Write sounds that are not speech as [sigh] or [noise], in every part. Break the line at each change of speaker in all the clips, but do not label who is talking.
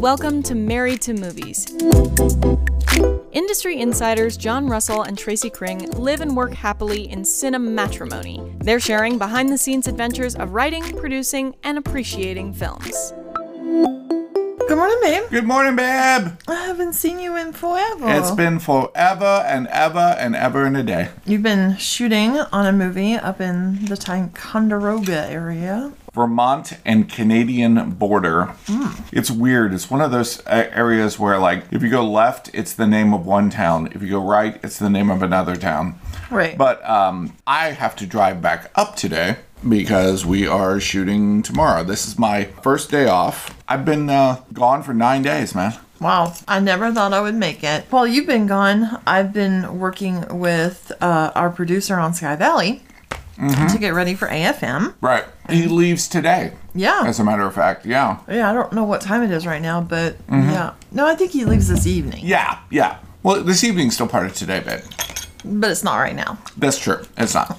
Welcome to Married to Movies. Industry insiders John Russell and Tracy Kring live and work happily in cinematrimony. They're sharing behind the scenes adventures of writing, producing, and appreciating films.
Good morning, babe.
Good morning, babe.
I haven't seen you in forever.
It's been forever and ever and ever and a day.
You've been shooting on a movie up in the Ticonderoga area.
Vermont and Canadian border. It's weird. It's one of those uh, areas where, like, if you go left, it's the name of one town. If you go right, it's the name of another town.
Right.
But um, I have to drive back up today because we are shooting tomorrow. This is my first day off. I've been uh, gone for nine days, man.
Wow, I never thought I would make it. While you've been gone, I've been working with uh, our producer on Sky Valley
Mm-hmm.
to get ready for AFM.
Right. He leaves today.
Yeah.
As a matter of fact, yeah.
Yeah, I don't know what time it is right now, but yeah. No, I think he leaves this evening,
Mm-hmm. Yeah, yeah. Well, this evening's still part of today, babe.
but it's not right now.
That's true.
[laughs]
It's not.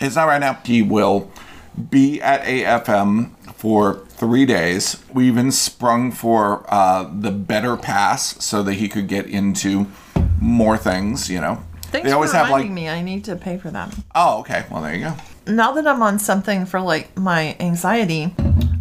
it's not right now. He will be at AFM for three days. We even sprung for uh, the better pass so that he could get into more things. You know,
Thanks
they always
for
have
reminding
like,
me. I need to pay for that.
oh, okay. Well, there you go.
now that I'm on something for like my anxiety,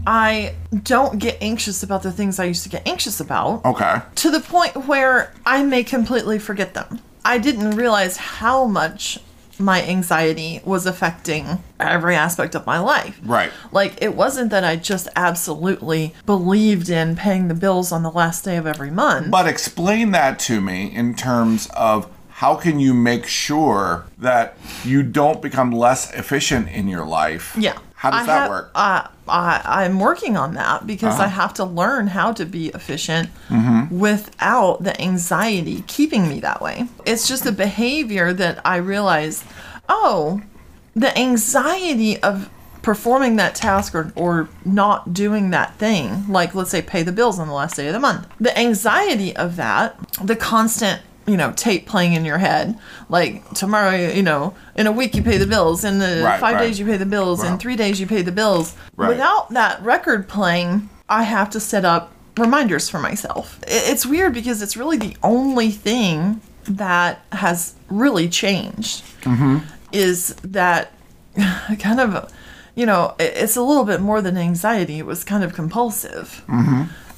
I don't get anxious about the things I used to get anxious about
Okay.
to the point where I may completely forget them. I didn't realize how much my anxiety was affecting every aspect of my life.
Right.
Like, it wasn't that I just absolutely believed in paying the bills on the last day of every month.
But explain that to me in terms of how can you make sure that you don't become less efficient in your life?
Yeah.
How does
I
that
have-
work? Uh-huh.
I, I, I'm working on that because I have to learn how to be efficient
Mm-hmm.
without the anxiety keeping me that way. It's just a behavior that I realize, oh, the anxiety of performing that task or, or not doing that thing, like let's say pay the bills on the last day of the month, the anxiety of that, the constant, you know, tape playing in your head, like tomorrow, you know, in a week you pay the bills, in the
Right,
five
right.
days you pay the bills, in
Right.
three days you pay the bills.
Right.
Without that record playing, I have to set up reminders for myself. I- It's weird because it's really the only thing that has really changed is that [laughs] kind of, you know, i- it's a little bit more than anxiety. It was kind of compulsive.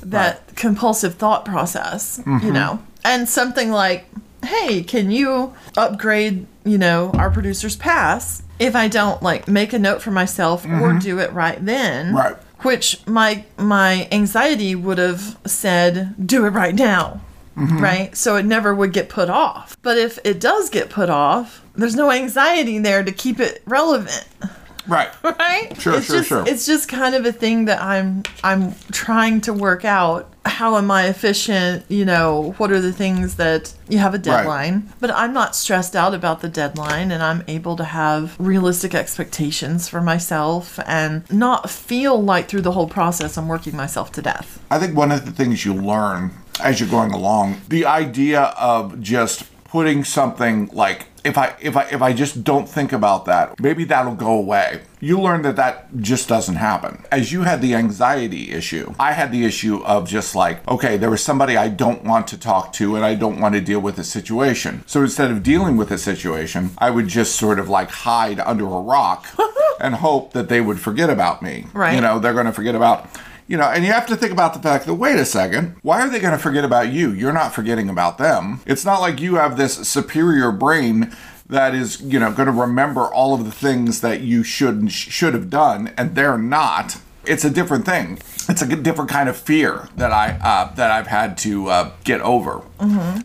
That compulsive thought process, you know, and something like, hey, can you upgrade, you know, our producer's pass if I don't like make a note for myself or do it right then?
Right.
Which my my anxiety would have said, do it right now
Mm-hmm.
right? So it never would get put off. But if it does get put off, there's no anxiety there to keep it relevant,
right.
right?
Sure,
it's
sure,
just,
sure.
It's just kind of a thing that I'm I'm trying to work out. How am I efficient? You know, what are the things that you have a deadline, but I'm not stressed out about the deadline, and I'm able to have realistic expectations for myself and not feel like through the whole process I'm working myself to death.
[laughs] I think one of the things you learn as you're going along, the idea of just putting something like if I if I if I just don't think about that, maybe that'll go away. You learn that that just doesn't happen. As you had the anxiety issue, I had the issue of just like, okay, there was somebody I don't want to talk to and I don't want to deal with the situation. So instead of dealing with the situation, I would just sort of like hide under a rock and hope that they would forget about me.
Right.
You know, they're going to forget about you know, and you have to think about the fact that, wait a second, why are they going to forget about you? You're not forgetting about them. It's not like you have this superior brain that is, you know, going to remember all of the things that you should and sh- should have done, and they're not. It's a different thing. It's a g- different kind of fear that I uh, that I've had to uh, get over.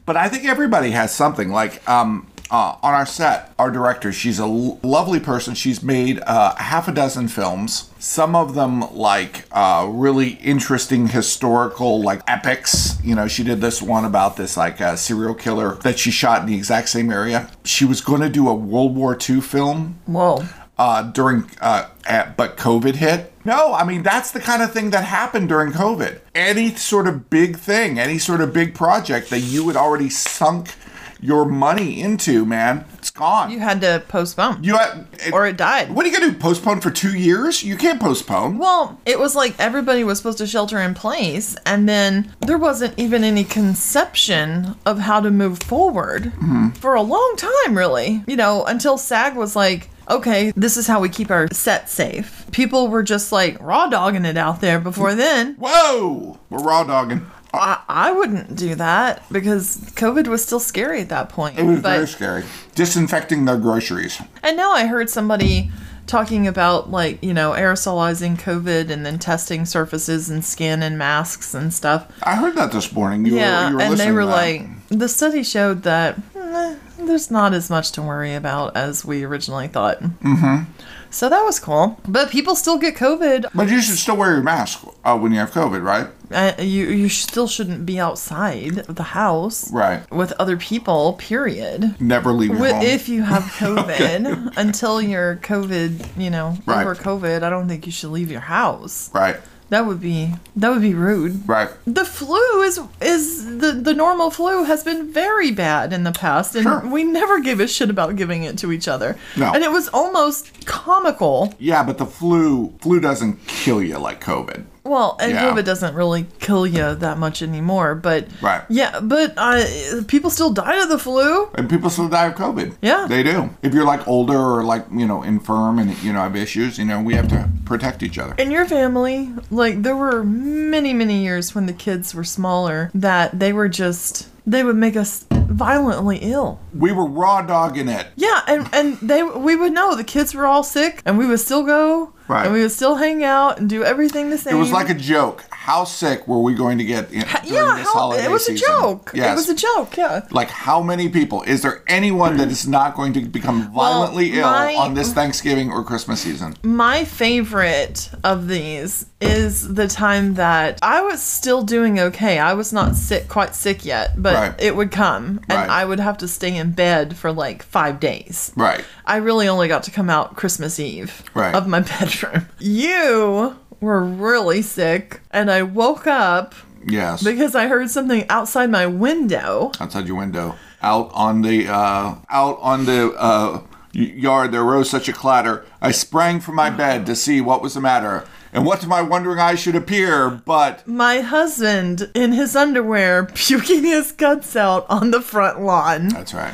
But I think everybody has something like. Um, uh, on our set, our director, she's a l- lovely person. She's made uh, half a dozen films, some of them like uh, really interesting historical, like epics. You know, she did this one about this like uh, serial killer that she shot in the exact same area. She was going to do a World War II film
Whoa.
uh, during, uh, at, but COVID hit. No, I mean, that's the kind of thing that happened during COVID. Any sort of big thing, any sort of big project that you had already sunk your money into, man. It's gone.
You had to postpone.
You had,
or it died.
What are you gonna do? Postpone for two years? You can't postpone.
Well, it was like everybody was supposed to shelter in place, and then there wasn't even any conception of how to move forward
Mm-hmm.
for a long time, really. You know, until SAG was like, okay, this is how we keep our set safe. People were just like raw dogging it out there before then.
Whoa, we're raw dogging.
I, I wouldn't do that because COVID was still scary at that point.
It was
but,
very scary. Disinfecting their groceries.
And now I heard somebody talking about like, you know, aerosolizing COVID and then testing surfaces and skin and masks and stuff.
I heard that this morning. You
yeah,
were, you were
and they
listening
were
to that.
like the study showed that "Nah, there's not as much to worry about as we originally thought. Mhm.
Mm-hmm.
So that was cool. But people still get COVID.
but you should still wear your mask uh, when you have COVID, right?
Uh, you you still shouldn't be outside of the house
Right.
with other people, period.
Never leave your
Wi-
home.
If you
[laughs]
have COVID, until you're COVID, you know,
Right.
over COVID, I don't think you should leave your house.
right,
That would be that would be rude.
right.
The flu is is the the normal flu has been very bad in the past, and
Sure.
we never gave a shit about giving it to each other.
No.
And it was almost comical.
Yeah, but the flu flu doesn't kill you like COVID.
Well, and
Yeah.
COVID doesn't really kill you that much anymore, but
Right.
yeah, but uh, people still died of the flu.
And people still die of COVID.
Yeah.
They do. If you're like older or like, you know, infirm and, you know, have issues, you know, we have to protect each other.
In your family, like there were many, many years when the kids were smaller that they were just they would make us violently ill.
We were raw dogging it.
Yeah, and and they we would know the kids were all sick, and we would still go,
Right.
and we would still hang out and do everything the same.
It was like a joke. How sick were we going to get in, during
yeah,
this
how,
holiday
it was a
season?
joke.
Yes.
It was a joke. Yeah.
like how many people? Is there anyone that is not going to become violently ill
my-
on this Thanksgiving or Christmas season?
My favorite of these is the time that I was still doing okay. I was not sick, quite sick yet, but
Right.
it would come, and
Right.
I would have to stay in bed for like five days.
Right.
I really only got to come out Christmas Eve
Right.
of my [laughs] bedroom. You were really sick, and I woke up
Yes.
because I heard something outside my window.
outside your window out on the uh, out on the uh, y- yard there rose such a clatter i sprang from my bed to see what was the matter and what to my wondering eyes should appear but
My husband in his underwear [laughs] puking his guts out on the front lawn.
that's right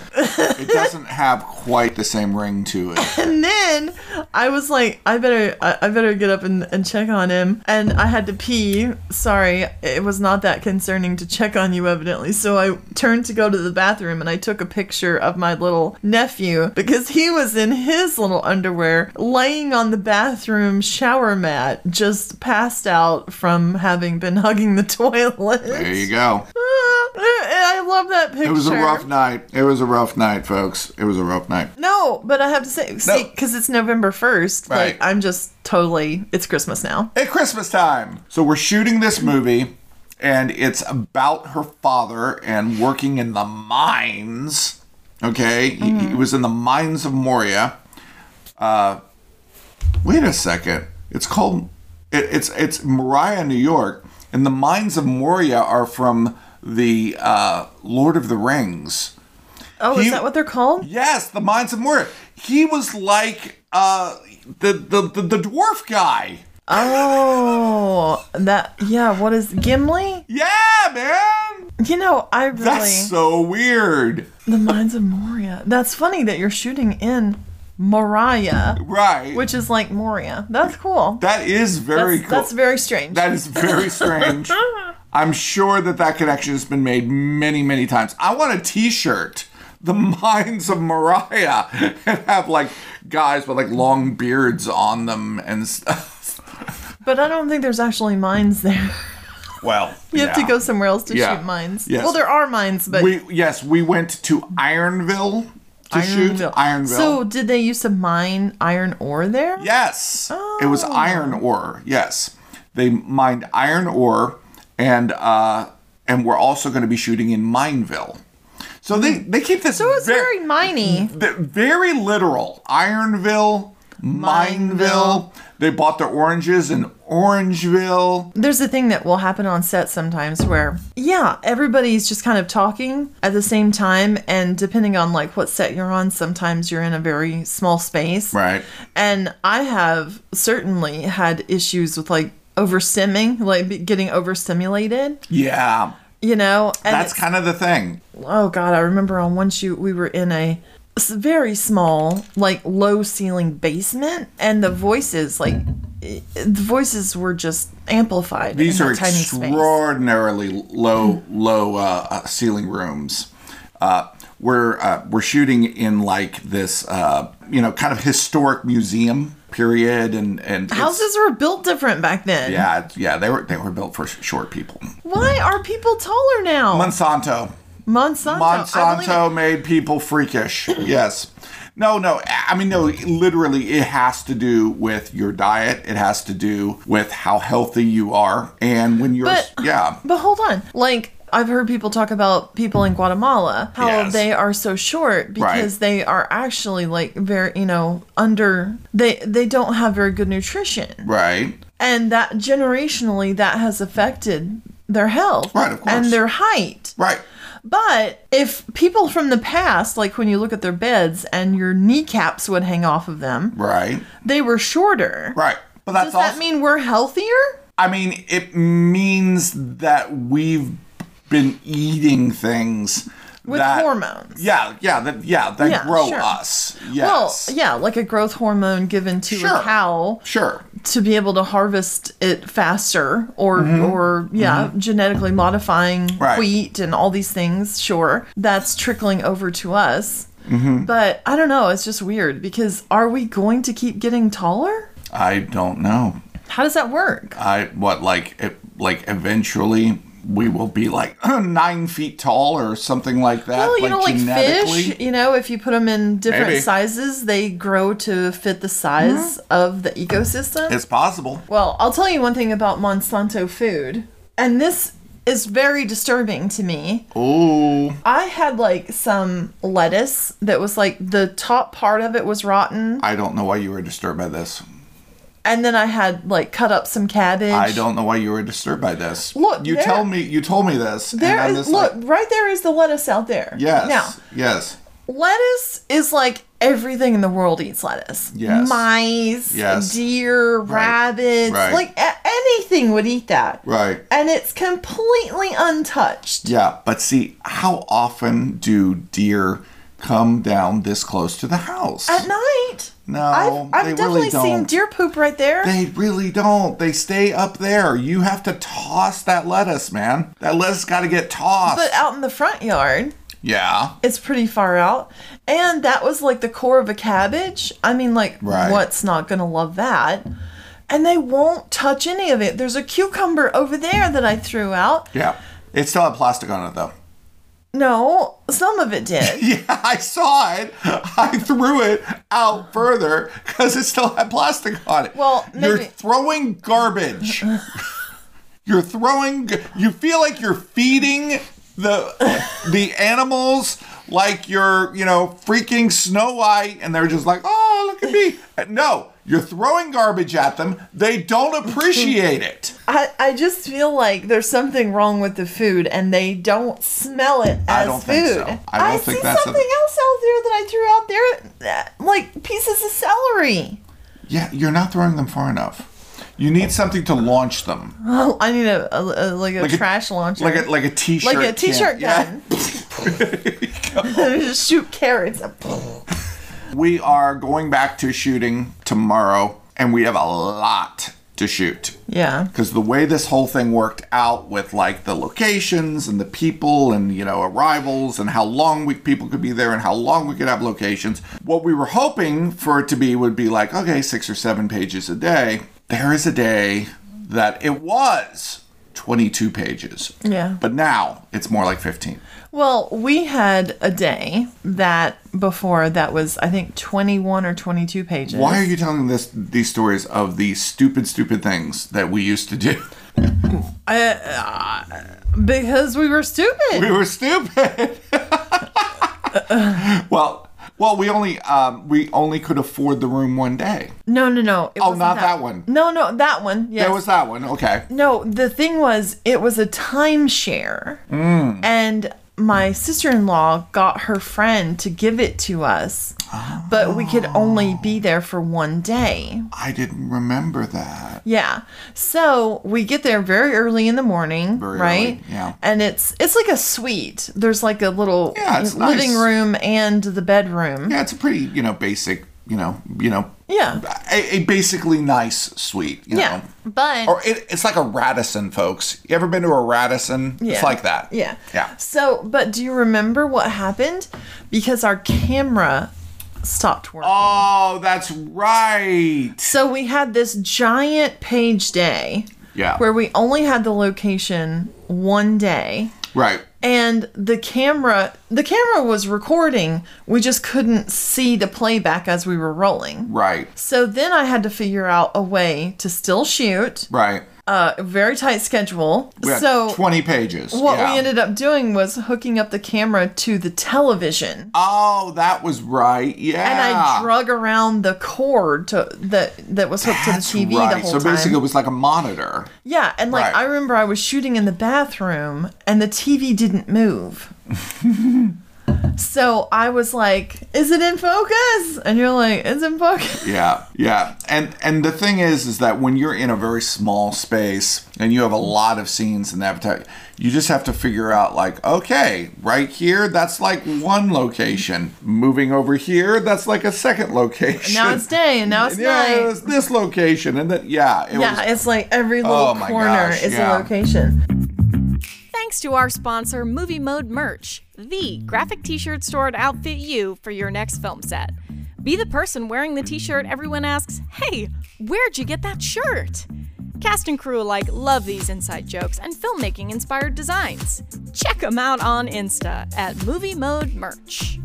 it doesn't have quite the same ring to it
And then I was like, I better, I, I better get up and, and check on him. And I had to pee. Sorry, it was not that concerning to check on you, evidently. So I turned to go to the bathroom and I took a picture of my little nephew because he was in his little underwear, laying on the bathroom shower mat, just passed out from having been [laughs] hugging the toilet. Ah,
there you go
I love that picture.
it was a rough night it was a rough night folks it was a rough night
No, but I have to say, see, because it's November 1st,
Right.
like, I'm just totally, it's Christmas now.
at Christmas time. So we're shooting this movie, and it's about her father and working in the mines. Okay, He- he, was in the mines of Moria. Uh, wait a second. It's called. It, it's it's Moriah, New York, and the mines of Moria are from the uh, Lord of the Rings.
Oh,
He-
is that what they're called?
Yes, the mines of Moria. He was like uh, the, the the the dwarf guy.
Oh, that, yeah, what is Gimli?
Yeah, man.
You know, I really,
That's so weird.
the Mines of Moria. That's funny that you're shooting in Moria,
Right.
which is like Moria. That's cool.
that is very
that's,
cool.
that's very strange.
that is
[laughs]
very strange. I'm sure that that connection has been made many, many times. I want a T-shirt, the [laughs] Minds of Mariah, [laughs] and have like guys with like long beards on them and [laughs] stuff.
but I don't think there's actually mines there. [laughs]
Well,
You have to go somewhere else to
Yeah.
shoot mines.
Yes.
Well, there are mines, but
We yes, we went to Ironville to shoot Ironville.
So, did they used to mine iron ore there?
Yes. It
Oh.
was iron ore. Yes. They mined iron ore and uh and we're also going to be shooting in Mineville. So they they keep this
So it's
ve-
very miney.
ve- very literal. Ironville, Mineville. They bought their oranges in Orangeville.
There's a thing that will happen on set sometimes where, yeah, everybody's just kind of talking at the same time. And depending on like what set you're on, sometimes you're in a very small space.
Right.
And I have certainly had issues with like overstimming, like be- getting overstimulated,
Yeah.
you know? And it's-
That's kind of the thing.
oh god i remember on one shoot we were in a s- very small like low ceiling basement and the voices like i- the voices were just amplified
These
in
are
that tiny space. Hmm.
extraordinarily low, low uh, uh, ceiling rooms. Uh, we're uh, we're shooting in like this, uh, you know, kind of historic museum period, and and it's-
houses were built different back then
Yeah, it's- yeah, they were they were built for sh- short people.
why are people taller now
Monsanto,
monsanto I believe
Monsanto made people freakish. yes. No, no. I mean, no. Literally, it has to do with your diet. It has to do with how healthy you are, and when you're,
But-
yeah,
But hold on. Like, I've heard people talk about people in Guatemala, how
Yes.
they are so short because
Right.
they are actually like very, you know, under they they don't have very good nutrition.
right.
And that generationally that has affected their health
Right, of course.
and their height.
Right.
But if people from the past, like when you look at their beds and your kneecaps would hang off of them,
Right.
they were shorter.
Right. But that's
Does
also,
that mean we're healthier?
I mean, it means that we've been eating things
With
that,
hormones.
Yeah, yeah, that yeah, that
Yeah,
grow
sure.
us. Yes.
Well, yeah, like a growth hormone given to
Sure.
a cow
Sure.
to be able to harvest it faster or or yeah genetically modifying
Mm-hmm. Right.
wheat and all these things sure that's trickling over to us
Mm-hmm.
but i don't know it's just weird because are we going to keep getting taller
I don't know.
how does that work
I what like it, like eventually we will be like [clears throat] nine feet tall or something like that.
well you
like
know like
genetically.
fish you know if you put them in different
Maybe.
sizes they grow to fit the size
Mm-hmm.
of the ecosystem
It's possible.
Well, I'll tell you one thing about Monsanto food, and this is very disturbing to me.
Ooh.
I had like some lettuce that was like the top part of it was rotten,
I don't know why you were disturbed by this.
and then I had like cut up some cabbage.
I don't know why you were disturbed by this.
Look,
you
there-
tell me. You told me this.
There
and I'm
is
just
look
Like,
right there is the lettuce out there.
yes.
Now
Yes.
lettuce is like everything in the world eats lettuce.
Yes.
Mice,
Yes.
deer, rabbits,
Right.
like a- anything would eat that.
Right.
And it's completely untouched.
Yeah, but see, how often do deer come down this close to the house?
At night.
no,
I've,
they
I've definitely
really don't.
seen deer poop right there.
They really don't. They stay up there. You have to toss that lettuce, man. That lettuce got to get tossed.
but out in the front yard,
yeah.
it's pretty far out. And that was like the core of a cabbage. I mean, like,
Right.
what's not going to love that? And they won't touch any of it. There's a cucumber over there that I threw out.
Yeah. It still had plastic on it, though.
No, some of it did.
[laughs] Yeah, I saw it. I threw it out further because it still had plastic on it.
Well,
you're
maybe- [laughs]
throwing garbage. you're throwing. g- You feel like you're feeding the the animals like you're you know freaking Snow White, and they're just like, oh look at me. No, you're throwing garbage at them. They don't appreciate it.
I, I just feel like there's something wrong with the food and they don't smell it as
I don't
food.
think so. I don't think
see
that's a-
something else out there that I threw out there, uh, like pieces of celery. [laughs]
Yeah, you're not throwing them far enough. You need something to launch them.
Oh, I need a, a, a like a
Like a-
trash launcher,
like a like a t-shirt
like a
can.
t-shirt
Yeah.
gun.
[laughs]
Just [laughs] shoot carrots. up.
we are going back to shooting tomorrow and we have a lot to shoot
Yeah,
because the way this whole thing worked out with like the locations and the people and you know arrivals and how long we people could be there and how long we could have locations what we were hoping for it to be would be like okay six or seven pages a day there is a day that it was 22 pages
yeah.
but now it's more like 15
Well, we had a day that before that was I think 21 or 22 pages.
Why are you telling this these stories of the stupid, stupid things that we used to do? [laughs]
Because we were stupid.
We were stupid. [laughs] well, Well, we only um, we only could afford the room one day.
No, no, no. It
Oh,
wasn't
not that one.
No, no, that one. Yes.
There was that one. Okay.
No, the thing was, it was a timeshare.
Mm.
And my sister in law got her friend to give it to us, but we could only be there for one day.
I didn't remember that.
Yeah. So we get there very early in the morning,
Very
right?
early, yeah.
And it's it's like a suite. There's like a little
Yeah, it's
living
nice.
room and the bedroom.
Yeah, it's a pretty you know basic you know you know
Yeah.
a, a basically nice suite. You
Yeah.
Know?
But
Or it, it's like a Radisson, folks. You ever been to a Radisson?
Yeah.
It's like that.
Yeah.
Yeah.
So, but do you remember what happened? Because our camera stopped working.
Oh, that's right.
So we had this giant page day.
Yeah.
Where we only had the location one day.
Right.
And the camera the camera was recording. We just couldn't see the playback as we were rolling.
Right.
So then I had to figure out a way to still shoot.
Right.
Uh very tight schedule.
We had
so
20 pages.
what
Yeah.
we ended up doing was hooking up the camera to the television.
Oh, that was right. Yeah.
and I drug around the cord to that that was hooked
That's
to the TV
right.
the whole
so
time.
basically, it was like a monitor.
yeah, and like
Right.
I remember I was shooting in the bathroom and the TV didn't
[laughs]
move. so I was like, "Is it in focus?" And you're like, "It's in
[laughs]
focus."
Yeah, yeah, and and the thing is, is that when you're in a very small space and you have a lot of scenes in that, type, you just have to figure out like, okay, right here, that's like one location. Moving over here, that's like a second location.
Now it's
[laughs]
day and now it's
yeah,
night.
it's this location, and then yeah, it
yeah,
was
it's like every little
Oh my
corner
gosh,
is
yeah.
a location.
Thanks to our sponsor, Movie Mode Merch, the graphic t shirt store to outfit you for your next film set. Be the person wearing the t shirt everyone asks, hey, where'd you get that shirt? Cast and crew alike love these inside jokes and filmmaking inspired designs. Check them out on Insta at Movie Mode Merch.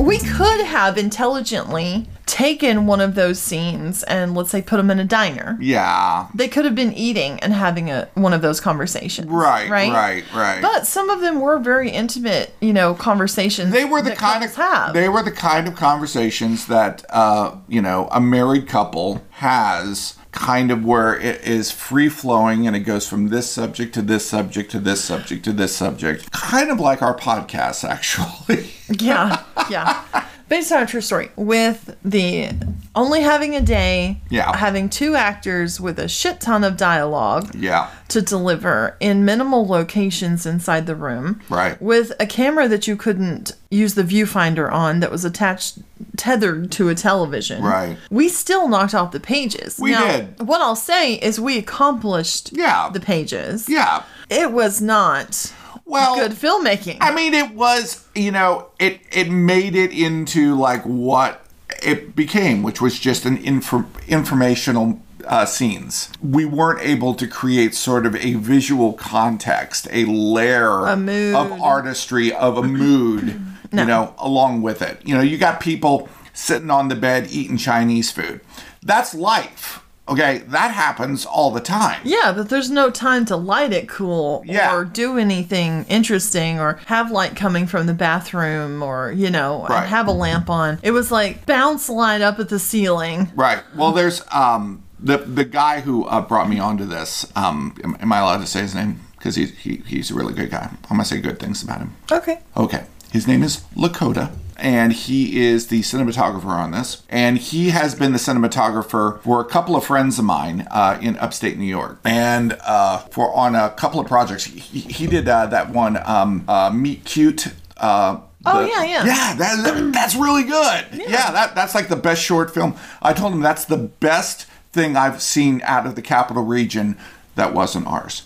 We could have intelligently taken one of those scenes and let's say put them in a diner.
yeah,
they could have been eating and having a one of those conversations.
Right, right, right.
But some of them were very intimate, you know, conversations.
they were the
that
kind of
couples have.
they were the kind of conversations that uh, you know a married couple has kind of where it is free flowing and it goes from this subject to this subject to this subject to this subject kind of like our podcast [laughs] actually
[laughs] yeah, yeah. Based on a true story, with the only having a day,
Yeah.
having two actors with a shit ton of dialogue
yeah
to deliver in minimal locations inside the room,
Right.
With a camera that you couldn't use the viewfinder on, that was attached, tethered to a television,
Right.
We still knocked off the pages.
We
Now,
did.
What I'll say is, we accomplished,
Yeah.
the pages.
yeah
It was not
well
good filmmaking.
I mean, it was you know it it made it into like what it became, which was just an infor- informational uh, scenes. We weren't able to create sort of a visual context, a layer
mood.
of artistry of a mood, you know, along with it. You know, you got people sitting on the bed eating Chinese food. That's life. Okay, that happens all the time.
Yeah, but there's no time to light it cool
Yeah.
or do anything interesting or have light coming from the bathroom or, you know,
Right.
and have a lamp on. It was like bounce light up at the ceiling.
Right. Well, there's um the the guy who uh, brought me onto this. Um, am, am I allowed to say his name? Because he's he, he's a really good guy. I'm gonna say good things about him.
Okay.
Okay. His name is Lakota, and he is the cinematographer on this. And he has been the cinematographer for a couple of friends of mine uh, in upstate New York, and uh, for on a couple of projects. He, he he did uh, that one um, uh, Meet Cute. Uh,
Oh,
the-
yeah, yeah.
yeah. That, that's really
[clears throat]
good. Yeah. that that's like the best short film. I told him that's the best thing I've seen out of the capital region that wasn't ours.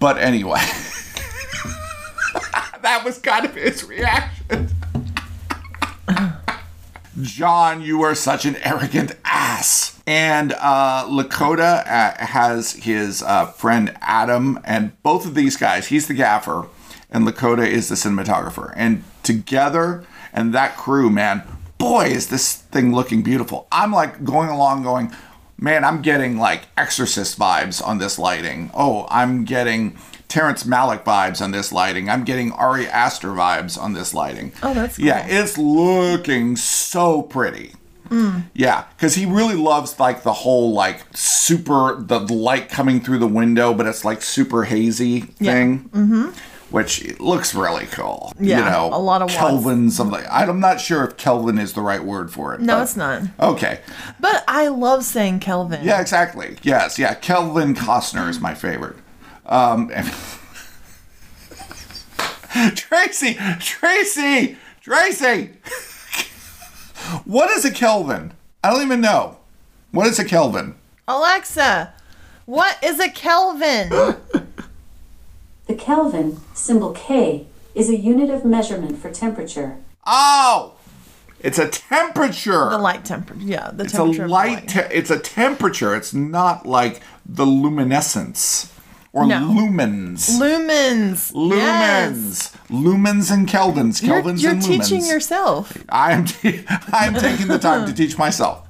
But anyway, [laughs] that was kind of his reaction. John, you are such an arrogant ass. And uh, Lakota uh, has his uh, friend Adam, and both of these guys, he's the gaffer, and Lakota is the cinematographer. And together, and that crew, man, boy, is this thing looking beautiful. I'm like going along, going, man, I'm getting like Exorcist vibes on this lighting. Oh, I'm getting Terrence Malick vibes on this lighting. I'm getting Ari Aster vibes on this lighting.
Oh, that's
yeah. It's looking so pretty.
Hmm.
Yeah, because he really loves like the whole like super the light coming through the window, but it's like super hazy thing. Mm-hmm. Which it looks really cool. you
Yeah,
know,
a lot of watts.
Kelvin. Something. I'm not sure if Kelvin is the right word for it.
No,
but-
it's not.
Okay.
But I love saying Kelvin.
Yeah, exactly. Yes, yeah. Kelvin Costner is my favorite. Um, [laughs] and- Tracy, Tracy, Tracy. what is a Kelvin? I don't even know. What is a Kelvin?
Alexa, what is a
[gasps]
Kelvin?
The Kelvin, symbol K, is a unit of measurement for temperature.
Oh, it's a temperature.
the light temperature. Yeah, the
it's a
temperature. of the
light. Te- it's a temperature. It's not like the luminescence or
No.
lumens.
Lumens.
Lumens,
Yes.
lumens, and kelvins.
You're,
Kelvins
you're
and lumens.
teaching yourself.
I'm t- [laughs] I'm taking
[laughs]
the time to teach myself.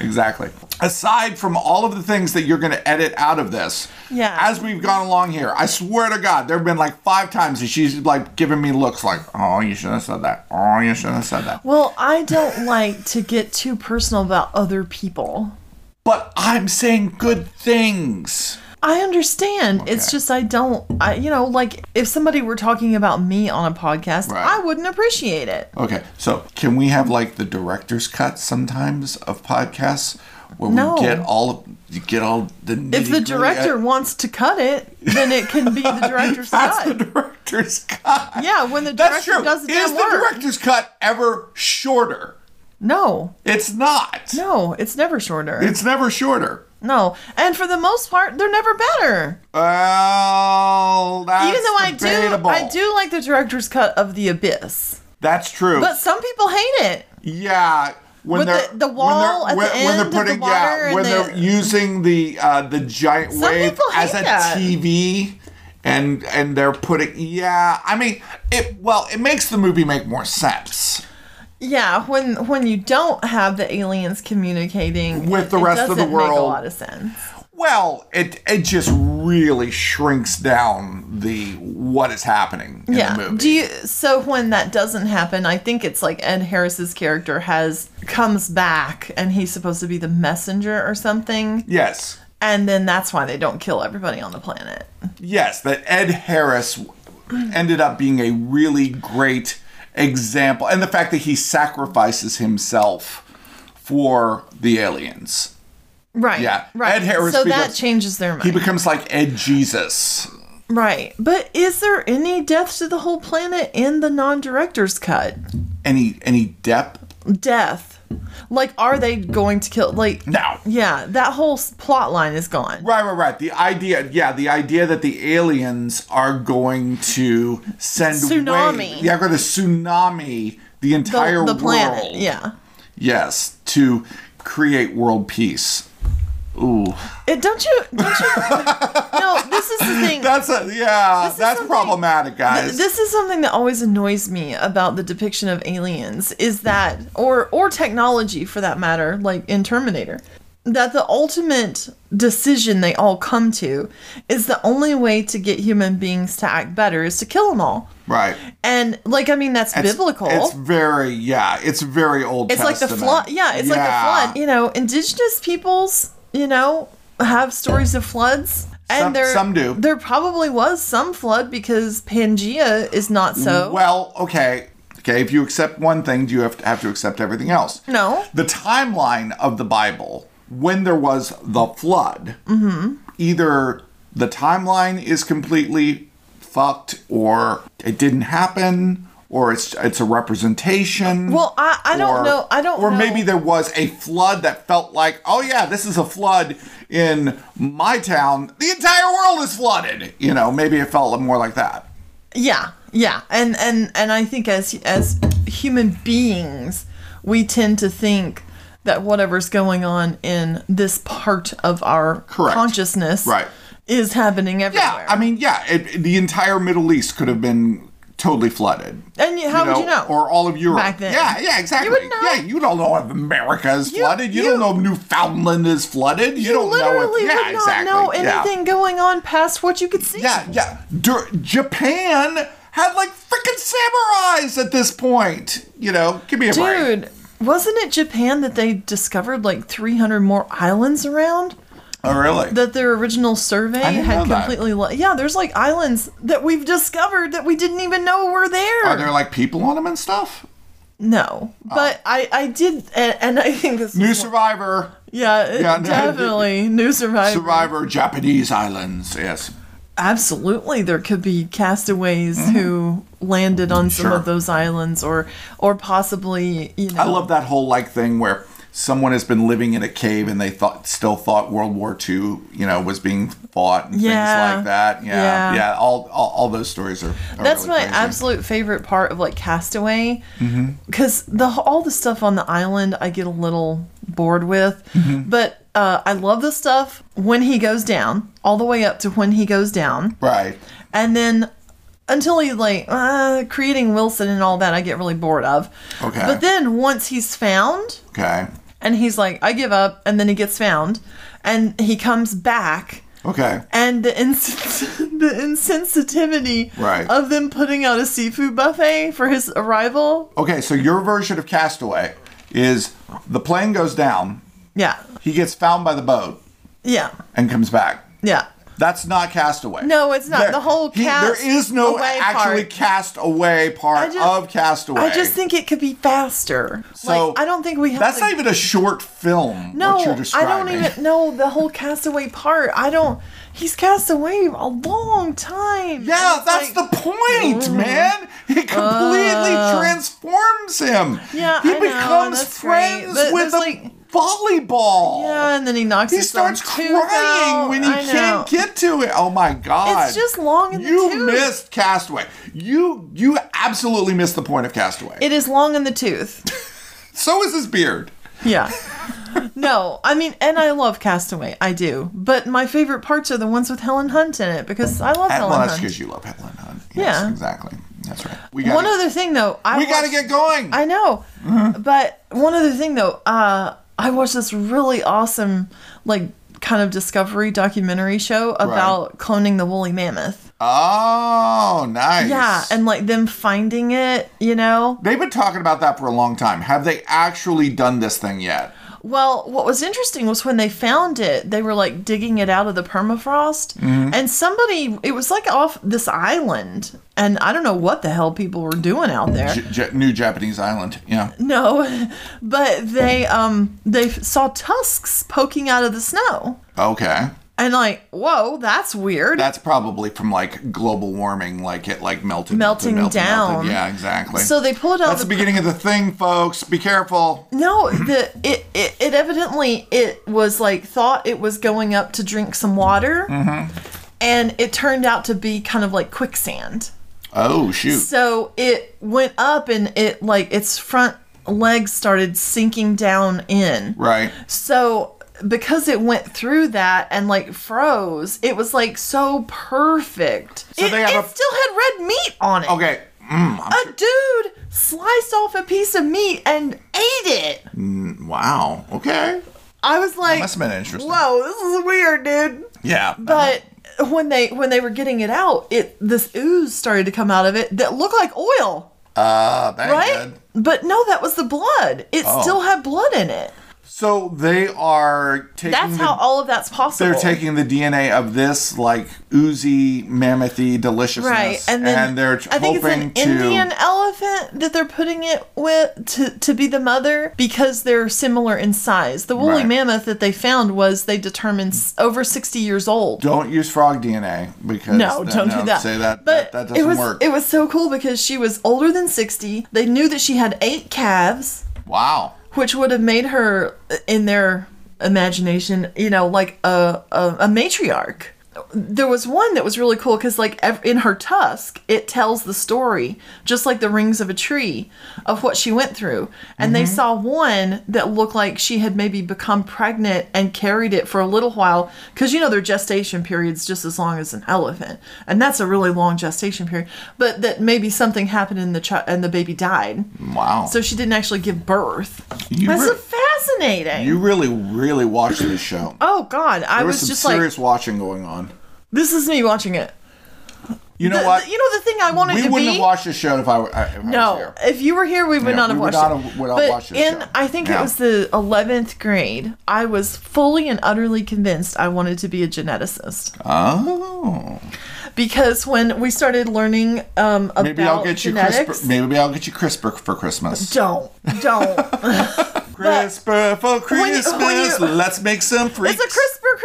Exactly. Aside from all of the things that you're going to edit out of this,
Yeah.
as we've gone along here, I swear to God, there have been like five times that she's like giving me looks like, oh, you shouldn't have said that. Oh, you shouldn't have said that.
Well, I don't like to get too personal about other people.
But I'm saying good things.
I understand. It's
Okay.
just I don't. I you know like if somebody were talking about me on a podcast,
Right.
I wouldn't appreciate it.
Okay, so can we have like the director's cut sometimes of podcasts where
No.
we get all of, you get all the
If the
nitty-gritty-
director wants to cut it, then it can be
[laughs]
the [laughs] director's
that's the
cut.
director's cut.
Yeah, when the
That's
director
true.
does the
Is
damn
the
work.
director's cut ever shorter?
no,
It's not.
no, it's never shorter.
It's never shorter.
no, and for the most part, they're never better.
Well, that's
Even though I
debatable.
do, I do like the director's cut of The Abyss,
That's true.
but some people hate it.
yeah. When
With
they're
the- the wall at the end of the water
yeah,
and
when
the-
they're using the uh, the giant
Some
wave
people hate
as a
that.
TV, and and they're putting yeah. I mean, it well, it makes the movie make more sense.
Yeah, when when you don't have the aliens communicating
With the
it
rest of the
doesn't make a
world.
lot of sense.
Well, it it just really shrinks down the what is happening in
yeah.
the movie.
Do you so when that doesn't happen, I think it's like Ed Harris's character has comes back and he's supposed to be the messenger or something,
yes,
and then that's why they don't kill everybody on the planet.
yes, that Ed Harris ended up being a really great example, and the fact that he sacrifices himself for the aliens.
Right.
Yeah,
Right.
Ed Harris
so that
becomes-
changes their mind.
He becomes like Ed Jesus.
right. But is there any death to the whole planet in the non-director's cut?
Any any depth?
Death. Like are they going to kill like
No.
Yeah, that whole s- plot line is gone.
Right, right, right. The idea, yeah, the idea that the aliens are going to send
Tsunami.
wave- yeah, going to tsunami the
The,
entire
the
world.
planet. Yeah.
Yes, to create world peace. Ooh,
It, don't you? Don't
[laughs]
you? no, this is the thing.
that's a yeah,
is
that's
something-
problematic, guys.
This is something that always annoys me about the depiction of aliens is that, or or technology for that matter, like in Terminator, that the ultimate decision they all come to is the only way to get human beings to act better is to kill them all.
right.
And like, I mean, that's
It's-
biblical.
It's very yeah. It's very old.
It's like the
Testament.
flood. Yeah, it's like the flood. You know, indigenous peoples, you know, have stories of floods. And
Some-
there,
some do.
There probably was some flood because Pangea is not so.
Well, okay. Okay, if you accept one thing, do you have to have to accept everything else?
No.
The timeline of the Bible, when there was the flood, either the timeline is completely fucked or it didn't happen or it's it's a representation.
Well, I- I don't know- I don't
Or
know.
maybe there was a flood that felt like, oh yeah, this is a flood in my town. The entire world is flooded. You know, maybe it felt more like that.
yeah, yeah, and and and I think as as human beings, we tend to think that whatever's going on in this part of our
Correct.
consciousness,
Right.
is happening everywhere.
Yeah, I mean, yeah, it, it- the entire Middle East could have been totally flooded.
And you- how would you know?
Or all of Europe.
Back then.
Yeah, yeah, exactly.
You would know.
Yeah, you don't know if America is
You-
flooded. You,
you-
don't know if Newfoundland is flooded. You, don't know if
literally
yeah,
would not
exactly.
know
yeah.
anything going on past what you could see.
Yeah, yeah. Dur- Japan had like freaking samurais at this point. You know, give me a break.
Dude, wasn't it Japan that they discovered like 300 more islands around
Oh, really?
that their original survey
didn't
had
know that.
completely le- Yeah, there's like islands that we've discovered that we didn't even know were there.
Are there like people on them and stuff?
no, but I I did and, and I think this
New
is-
Survivor,
yeah, it-
Yeah, no.
definitely new survivor.
Survivor, Japanese islands. Yes.
Absolutely, there could be castaways who landed on some
Mm-hmm. Sure.
of those islands or or possibly, you know.
I love that whole like thing where someone has been living in a cave and they thought still thought World War II, you know, was being fought and
Yeah.
things like that. Yeah,
Yeah.
yeah. all, all all those stories are. are
That's
really
my
crazy. Mm-hmm.
absolute favorite part of like Castaway, because the all the stuff on the island I get a little bored with,
Mm-hmm.
but uh, I love the stuff when he goes down, all the way up to when he goes down,
right.
and then until he like uh, creating Wilson and all that I get really bored of.
Okay.
But then once he's found,
Okay.
and he's like, I give up, and then he gets found, and he comes back
Okay.
and the ins- [laughs] the insensitivity
Right.
of them putting out a seafood buffet for his arrival.
Okay. So your version of Castaway is the plane goes down,
Yeah,
he gets found by the boat,
yeah,
and comes back.
yeah.
That's not Castaway.
No, it's not. The whole cast
there is no
away
actually
part.
castaway part
I just-
of Castaway.
I just think it could be faster.
So,
like, I don't think we have.
That's
to-
not even a short film.
No,
what you're
I
describing.
don't even know the whole castaway part. I don't. He's cast away a long time.
Yeah, that's the point,
Mm.
man. It completely transforms him.
Uh. Yeah,
he
I know,
becomes
that's great,
friends
but
with
there's
a
like-
volleyball.
Yeah, and then he knocks.
He
his
starts
own tooth
crying
out.
when he
I know.
can't get to it. Oh my god!
It's just long in the
you
tooth.
missed Castaway. You you absolutely missed the point of Castaway.
It is long in the tooth.
so is his beard.
Yeah. No, I mean, and I love Castaway, I do. But my favorite parts are the ones with Helen Hunt in it because I love
And-
Helen
well, that's
Hunt.
because you love Helen Hunt. Yes,
Yeah.
exactly. That's right. We
One
gotta,
other thing though, I
we got to
watched-
get Mm-hmm. going.
I know, but one other thing though, uh, I watched this really awesome, like, kind of discovery documentary show about cloning the woolly mammoth.
oh, nice.
Yeah, and like them finding it, you know.
They've been talking about that for a long time. Have they actually done this thing yet?
Well, what was interesting was when they found it, they were like digging it out of the permafrost, and somebody, it was like off this island, and I don't know what the hell people were doing out there.
J- J- New Japanese Island. Yeah.
no, [laughs] but they um they f- saw tusks poking out of the snow,
Okay.
and like, whoa, that's weird.
That's probably from like global warming, like it like melted,
Melting
melted, melted,
down.
melted. Yeah, exactly.
so they pulled out
that's the beginning of the thing, folks. Be careful.
No, the it, it it evidently it was like thought it was going up to drink some water, and it turned out to be kind of like quicksand.
Oh shoot.
So it went up and it like its front legs started sinking down in.
Right.
So because it went through that and like froze, it was like so perfect. it,
they have
it
a-
still had red meat on it.
Okay. Mm, I'm-
A dude sliced off a piece of meat and ate it.
wow. Okay.
I was like,
Must have been interesting. Uh-huh.
"Whoa, this is weird, dude."
yeah.
But when they when they were getting it out, it this ooze started to come out of it that looked like oil,
uh, that ain't
right?
good.
But no, that was the blood. It
Oh.
still had blood in it.
So they are taking.
That's
the-
how all of that's possible.
They're taking the DNA of this like oozy, mammothy deliciousness,
right, and then
they're
I think it's
hoping
an Indian
to.
elephant that they're putting it with to to be the mother because they're similar in size. The woolly
Right.
mammoth that they found was they determined s- over sixty years old.
Don't use frog DNA because
No,
then-
don't do that.
Say that,
But
that, that doesn't
it was,
work.
It was so cool because she was older than 60. They knew that she had eight calves,
wow.
which would have made uh, her, in their imagination, you know, like a, a, a matriarch. there was one that was really cool because, like, ev- in her tusk, it tells the story, just like the rings of a tree, of what she went through. And they saw one that looked like she had maybe become pregnant and carried it for a little while because, you know, their gestation period's just as long as an elephant. And that's a really long gestation period. But that maybe something happened in the chi- and the baby died.
Wow.
So she didn't actually give birth.
You
that's
re-
a fascinating.
you really, really watched this show.
oh, God. I
There was
was,
some
just like,
serious watching going on.
this is me watching it.
You know
The-
what?
the- you know the thing I wanted
we
to
wouldn't
be.
have watched this show if I, were- I- if I was
no,
here.
if you were here, we would
Yeah,
not have
we would
watched
not
it.
have- would not
but
watch this
in
show.
I think
Yeah.
it was the eleventh grade, I was fully and utterly convinced I wanted to be a geneticist
Oh,
because when we started learning um, about
maybe I'll get you
genetics,
CRISPR. Maybe I'll get you CRISPR for Christmas.
don't don't.
CRISPR for
When you-
Christmas.
when you-
Let's make some freaks.
It's a CRISPR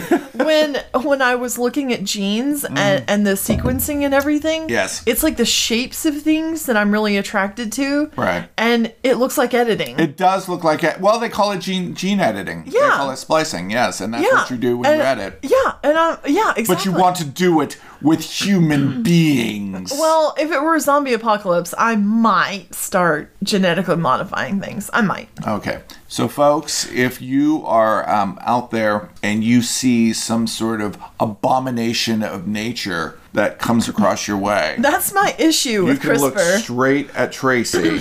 [laughs]
Christmas. when when I was looking at genes and, and the sequencing and everything,
Mm. Yes.
it's like the shapes of things that I'm really attracted to.
Right.
and it looks like editing.
It does look like it. Well, they call it gene gene editing. They
Yeah.
call it splicing. Yes, and that's
yeah,
what you do when
and-
you edit.
Yeah, and I, yeah, exactly.
But you want to do it with
[clears throat]
human beings.
Well, if it were a zombie apocalypse, I might start genetically modifying things. I might.
Okay. So, folks, if you are um, out there and you see some sort of abomination of nature that comes across
[laughs]
your way,
That's my issue
you
with
can look
CRISPR.
straight at
[laughs]
Tracy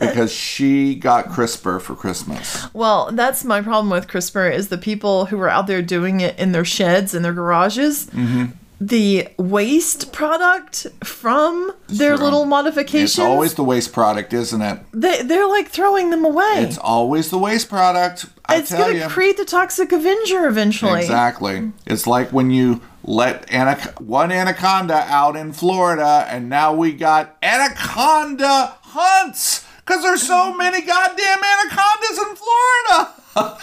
because she got CRISPR for Christmas.
well, that's my problem with CRISPR is the people who are out there doing it in their sheds and their garages.
Mm-hmm.
The waste product from their
Sure.
little
It's
modifications,
always the waste product, isn't it?
they, they're like throwing them away.
It's always the waste product. I
It's
tell
going
you.
to create the toxic Avenger eventually.
Exactly. It's like when you let anac- one anaconda out in Florida, and now we got anaconda hunts because there's so many goddamn anacondas in Florida.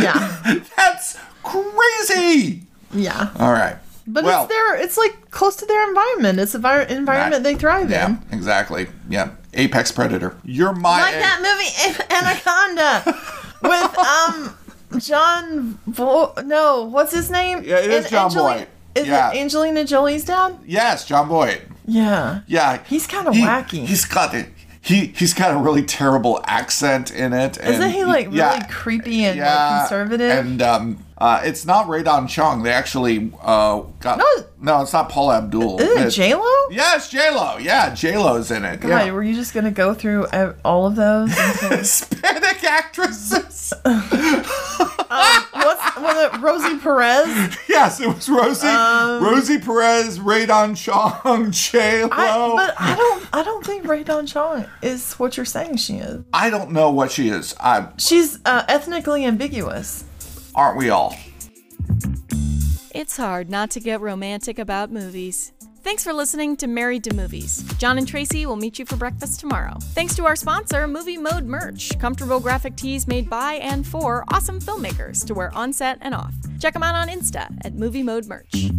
Yeah,
[laughs] That's crazy.
yeah.
All right.
But
Well,
it's their it's like close to their environment. It's a vi- environment they thrive
Yeah,
in.
exactly. Yeah. Apex Predator. You're my.
Like that movie Anaconda with um John Vo- no, what's his name?
Yeah, it is John Voight.
Is
Yeah.
it Angelina Jolie's dad?
Yes, John Boyd.
Yeah.
Yeah.
He's kinda
he-
wacky.
He's got a, he, he's got a really terrible accent in it. and
Isn't he like really
yeah.
creepy and like,
yeah,
conservative?
And um, uh, it's not Radon Chong. They actually uh, got
No.
no. it's not Paul Abdul.
Isn't it
It's-
J Lo?
Yes, J Lo. Yeah, J Lo's in it.
God,
yeah.
were you just gonna go through ev- all of those?
[laughs] Hispanic actresses. [laughs]
What's was it Rosie Perez?
yes, it was Rosie,
Um,
Rosie Perez, Radon Chong, [laughs] J Lo.
I,
I,
but I don't I don't think Raydon Chong is what you're saying she is.
don't know what she is. I,
She's uh, ethnically ambiguous.
aren't we all?
It's hard not to get romantic about movies. Thanks for listening to Married to Movies. John and Tracy will meet you for breakfast tomorrow. Thanks to our sponsor, Movie Mode Merch, comfortable graphic tees made by and for awesome filmmakers to wear on set and off. Check them out on Insta at Movie Mode Merch.